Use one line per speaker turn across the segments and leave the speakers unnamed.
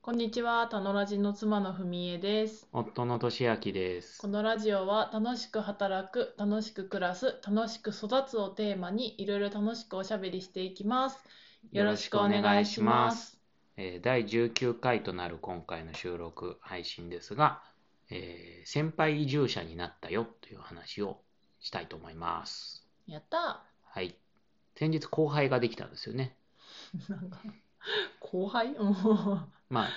こんにちは、たのラジの妻のふみえです。
夫の俊明です
こ。のラジオは楽しく働く、楽しく暮らす、楽しく育つをテーマにいろいろ楽しくおしゃべりしていきます。よろしくお願いします。
えー第19回となる今回の収録配信ですが、えー先輩移住者になったよという話をしたいと思います。
やった
はい。先日後輩ができたんですよね。
ーなんか後輩うんは
まあ、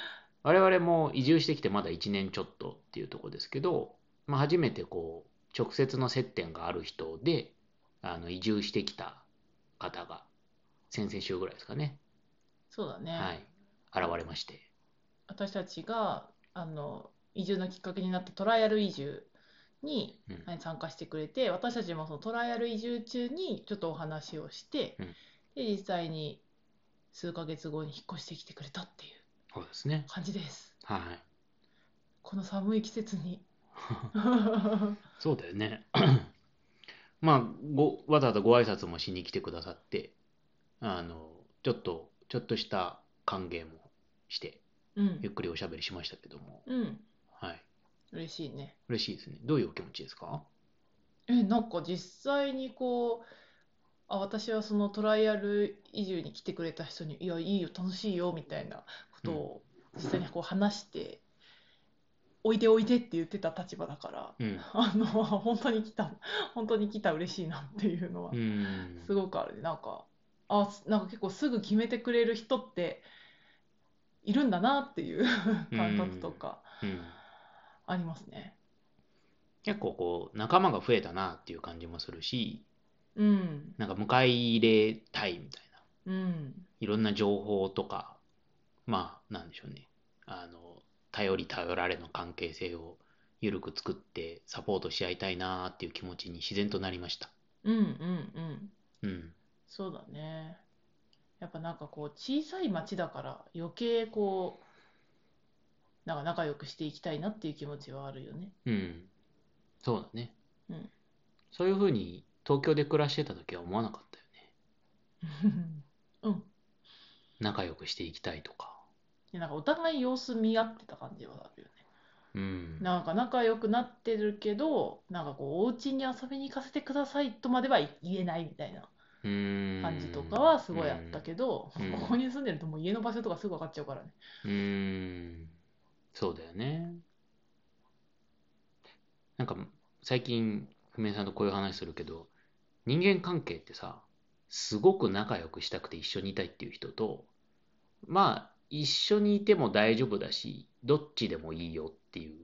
我々も移住してきてまだ1年ちょっとっていうところですけど、まあ、初めてこう、直接の接点がある人で、あの移住してきた方が、先々週ぐらいですかね。
そうだね、
はい。現れまして。
私たちがあの移住のきっかけになったトライアル移住に
うん
はい参加してくれて私たちもそのトライアル移住中にちょっとお話をして、
うん
で実際に数ヶ月後に引っ越してきてくれたっていう
そうですね。
感じです
はい。
この寒い季節に
そうだよね。 まあ、ご、わざわざご挨拶もしに来てくださって、あの、ちょっと、ちょっとした歓迎もして、
うん
ゆっくりおしゃべりしましたけども、
うん
はい。
嬉しいね
嬉しいですね。どういうお気持ちですか
えなんか実際にこうあ私はそのトライアル移住に来てくれた人に「いやいいよ楽しいよ」みたいなことを実際にこう話して「おいでおいで」って言ってた立場だから
うん。
あの本当に来た本当に来た嬉しいなっていうのは
うん。
すごくあるねなんかあすなんか結構すぐ決めてくれる人っているんだなっていう感覚とか
うん。
ありますね。
結構こう、仲間が増えたなっていう感じもするし、
うん、
なんか迎え入れたいみたいな、
うん、
いろんな情報とか、まあ、なんでしょうね。あの、頼り頼られの関係性を緩く作ってサポートし合いたいなーっていう気持ちに自然となりました。
うん、うん、うん。
うん。
そうだね。やっぱなんかこう小さい町だから余計こうなんか仲良くしていきたいなっていう気持ちはあるよね。
うん。そうだね。
うん
そういうふうに東京で暮らしてた時は思わなかったよね。
うん。
仲良くしていきたいとか。
でなんかお互い様子見合ってた感じはあるよね。
うん。
なんか仲良くなってるけどなんかこうお家に遊びに行かせてくださいとまでは言えないみたいな
うーん
感じとかはすごいあったけど、
うん
ここに住んでるともう家の場所とかすぐ分かっちゃうからね。
うーん、そうだよね。なんか最近、ふみえさんとこういう話するけど、人間関係ってさ、すごく仲良くしたくて一緒にいたいっていう人と、まあ、一緒にいても大丈夫だし、どっちでもいいよっていう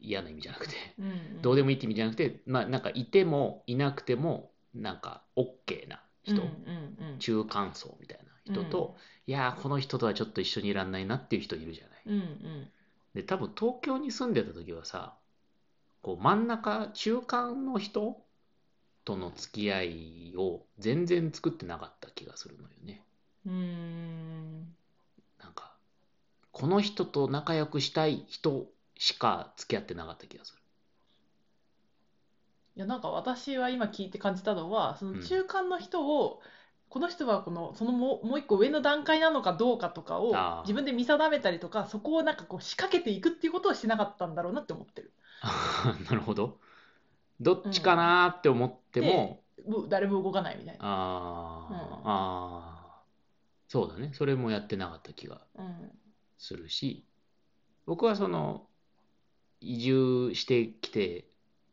嫌な意味じゃなくて、
うんうん
どうでもいいって意味じゃなくて、まあ、なんかいてもいなくても、なんか OK な人、
うんうんうん
中間層みたいな人と、いやー、この人とはちょっと一緒にいらんないなっていう人いるじゃない。
うんうん
で、多分東京に住んでた時はさ、こう真ん中、中間の人との付き合いを全然作ってなかった気がするのよね。
うーん
なんか、この人と仲良くしたい人しか付き合ってなかった気がする。
いやなんか私は今聞いて感じたのはその
うん
中間の人を、この人はこのそのもうもう一個上の段階なのかどうかとかを
あー
自分で見定めたりとかそこをなんかこう仕掛けていくっていうことをしてなかったんだろうなって思ってる
なる ほど。どっちかなーって思っても、
もう誰も動かないみたいな、
あー、
うん
あー、そうだね。それもやってなかった気が
うん
するし僕はその移住してきて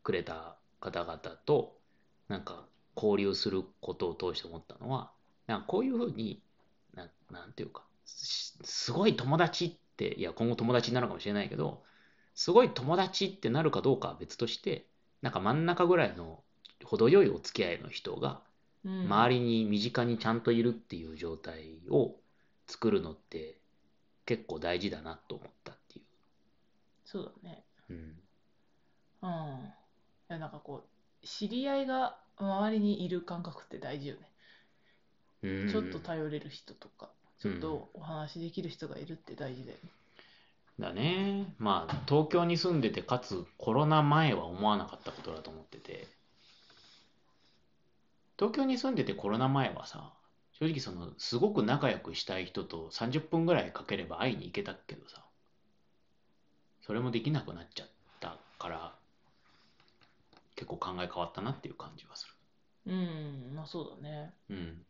くれた方々となんか交流することを通して思ったのはなんかこういうふうにななんていうかすすごい友達っていや今後友達になるかもしれないけどすごい友達ってなるかどうかは別としてなんか真ん中ぐらいの程よいお付き合いの人が
うん、
周りに身近にちゃんといるっていう状態を作るのって結構大事だなと思ったってい
そうだね
う。うん、
うんいやなんかこう知り合いが周りにいる感覚って大事よね、
うん
ちょっと頼れる人とかちょっ
うん
とお話しできる人がいるって大事だよね、
だね。まあ東京に住んでてかつコロナ前は思わなかったことだと思ってて東京に住んでてコロナ前はさ正直そのすごく仲良くしたい人と30分ぐらいかければ会いに行けたけどさそれもできなくなっちゃったから結構考え変わったなっていう感じはす
うん、まあそうだね。
るうん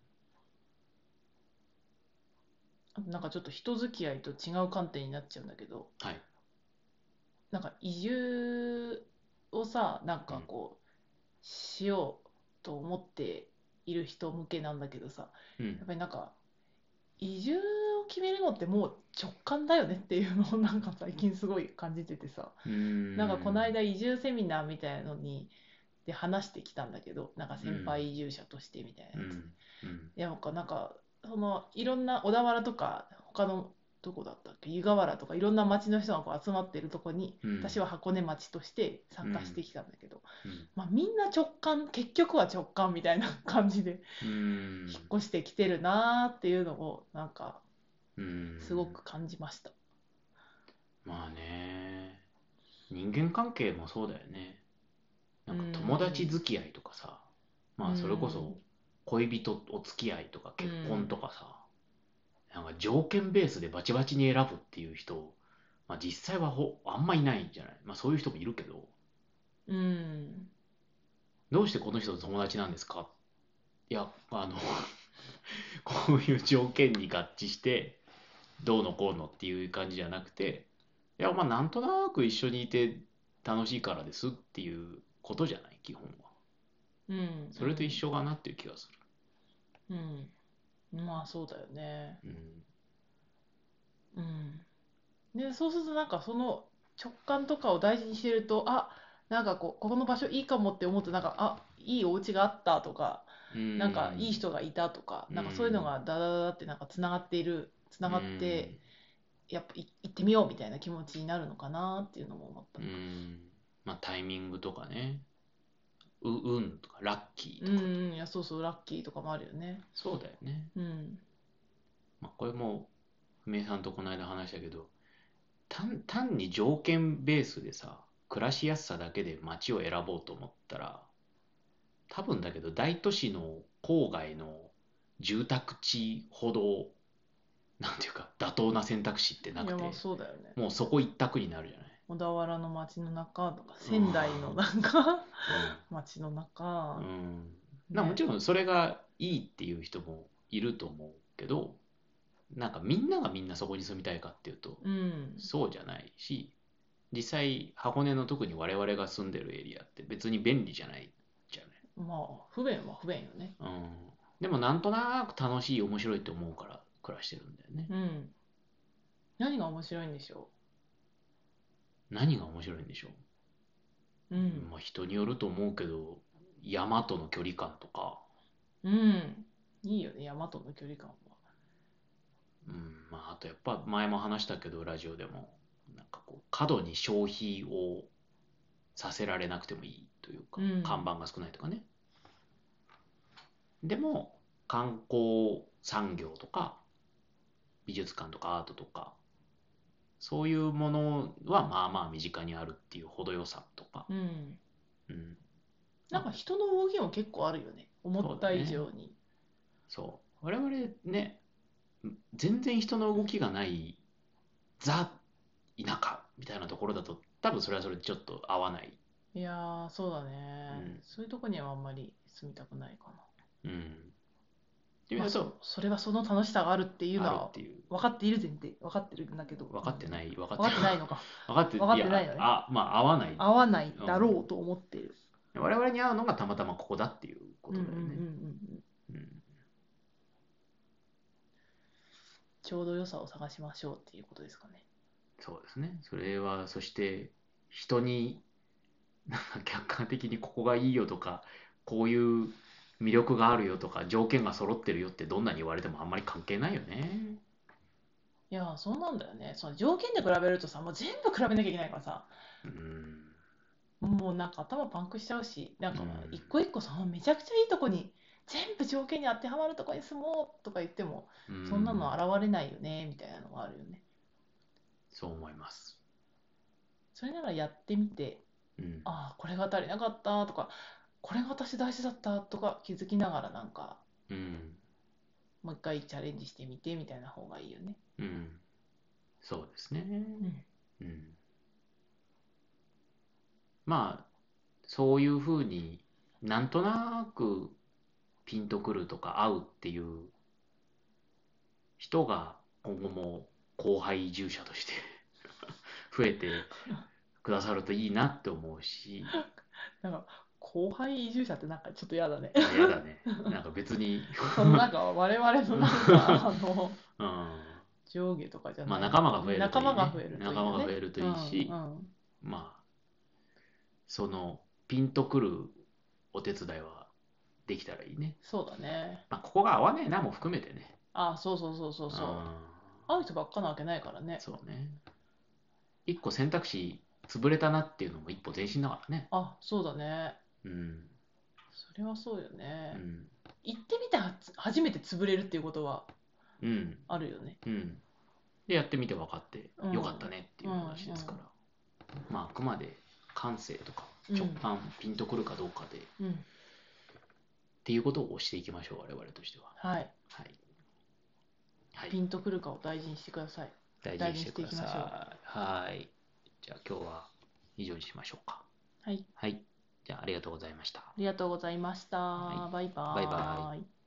あとなんかちょっと人付き合いと違う観点になっちゃうんだけど、
はい
なんか移住をさ、なんかこう、しようと思っている人向けなんだけどさ、
う
やっ
ん
ぱりなんか、移住を決めるのってもう直感だよねっていうのをなんか最近すごい感じててさ、
うん
なんかこの間移住セミナーみたいのに、で話してきたんだけど、なんか先輩移住者としてみたいうなやつ。
んうん
いやなんかなんかそのいろんな小田原とか他のどこだったっけ湯河原とかいろんな町の人がこう集まってるとこに
うん
私は箱根町として参加してきたんだけど、
うん
まあ、みんな直感結局は直感みたいな感じで
うん
引っ越してきてるなーっていうのをなんか
うん
すごく感じました。
まあね人間関係もそうだよねなんか友達付き合いとかさ、まあそれこ
う
そ
ん
恋人お付き合いとか結婚とかさ、なんか条件ベースでバチバチに選ぶっていう人、まあ、実際はほあんまいないんじゃない、まあ、そういう人もいるけど
うん、
どうしてこの人と友達なんですかいやあの こういう条件に合致してどうのこうのっていう感じじゃなくていやまあなんとなく一緒にいて楽しいからですっていうことじゃない基本は
うん、
それと一緒かなっていう気がす
うん、まあそうだよね。
る
うん、でそうするとなんかその直感とかを大事にしてるとあなんかこうここの場所いいかもって思うとなんかあいいお家があったとか
うん
なんかいい人がいたとか、
うん
なんかそういうのがダダダダってなんかつながっているつながって、やっぱい行ってみようみたいな気持ちになるのかなっていうのも思った
うんうんまあタイミングとかねう運とかラッキー
う
と
ん
か、
うんいやそうそうラッキーとかもあるよね
そうだよね
うん
まあ、これも文枝さんとこの間話したけど単、単に条件ベースでさ暮らしやすさだけで街を選ぼうと思ったら多分だけど大都市の郊外の住宅地ほどなんていうか妥当な選択肢って
い
な
や
くて
まあそうだよね
もうそこ一択になるじゃない。
小田原の街の中とか仙台のなんか街の中、
うん
ね
うんなもちろんそれがいいっていう人もいると思うけどなんかみんながみんなそこに住みたいかっていうと
うん
そうじゃないし実際箱根の特に我々が住んでるエリアって別に便利じゃないじゃ
まあ不便は不便よね。
ない、うん、でもなんとなく楽しい面白いと思うから暮らしてるんだよね
うん。何が面白いんでしょ
何が面白いんでしょ
う。う
う、
ん。
まあ、人によると思うけど山との距離感とか、
うん。いいよね、山との距離感は。
うんまあ、あとやっぱ前も話したけどラジオでもなんかこう過度に消費をさせられなくてもいいというか、
うん
看板が少ないとかねでも観光産業とか美術館とかアートとかそういうものはまあまあ身近にあるっていう程よさとか、
うん。
うん、
なんか人の動きも結構あるよね。思った以上に。
そう我々ね全然人の動きがないザ田舎みたいなところだと多分それはそれでちょっと合わない、
いやー、そうだね
う。ん
そういうとこにはあんまり住みたくないか
うん、で
な。
も
まあ、
そう
そそれはその楽しさがあるっていうの
ある
は
っていう
分かっている前提。分かってるんだけど。
分かってない分か
分
っ
かっ
て
てないのか。
分かって
分かってないよね
やあまあ合わない
合わないだろうと思ってる。
我々に合うのがたまたまここだっていうこ
うん
と
うん
だ
うん
よ
うん
ね
うん。
うん
ちょうど良さを探しましょうっていうことですかね。
そうですねそれはそして人に なんか客観的にここがいいよとかこういう魅力があるよとか条件が揃ってるよってどんなに言われてもあんまり関係ないよね
いやーそうなんだよねその条件で比べるとさもう全部比べなきゃいけないからさ
うん
もうなんか頭パンクしちゃうしなんか
うん
一個一個そのめちゃくちゃいいとこに全部条件に当てはまるとこに住もうとか言っても
う
そんなの現れないよねみたいなのがあるよね
そう思います、
それならやってみて
うん、
ああこれが足りなかったとかこれが私大事だったとか気づきながらなんか
うん
もう一回チャレンジしてみてみたいな方がいいよね
うんそうですね
うん
うんまあそういうふうになんとなくピンとくるとか合うっていう人が今後も後輩移住者として 増えてくださるといいなって思うし
なんか後輩移住者ってなんかちょっと嫌だね。
嫌だねなんか別に、
そのなんか我々のなんかあの
うん、
上下とかじゃない。
まあ仲間が増えるといいね
仲間が増えるといいよね
仲間が増えるといいし
うんうん
まあそのピンとくるお手伝いはできたらいいね、
そうだね。
まあ、ここが合わねえなも含めてね
あ、そうそうそうそうそう。
う
会う人ばっかなわけないからね
ん。そうね一個選択肢潰れたなっていうのも一歩前進だからね
あ、そうだね。
うん、
それはそうよ
う
ね。
ん
行ってみてはつ初めて潰れるっていうことは
うん
あるよね。
うん、でやってみて分かって
うん
よかったねっていう話ですから、まああくまで感性とか
うん
直感、ピンとくるかどうかでっ
うん。
ていうことをしていきましょう我々としては
はい。
はい、は
ピ
い、
ンとくるかを大事にしてください。
大事にしてくださいはいじゃあ今日は以上にしましょうか
はい。
はいじゃあありがとうございました
ありがとうございました。
は
バイバ
バイバ
イ。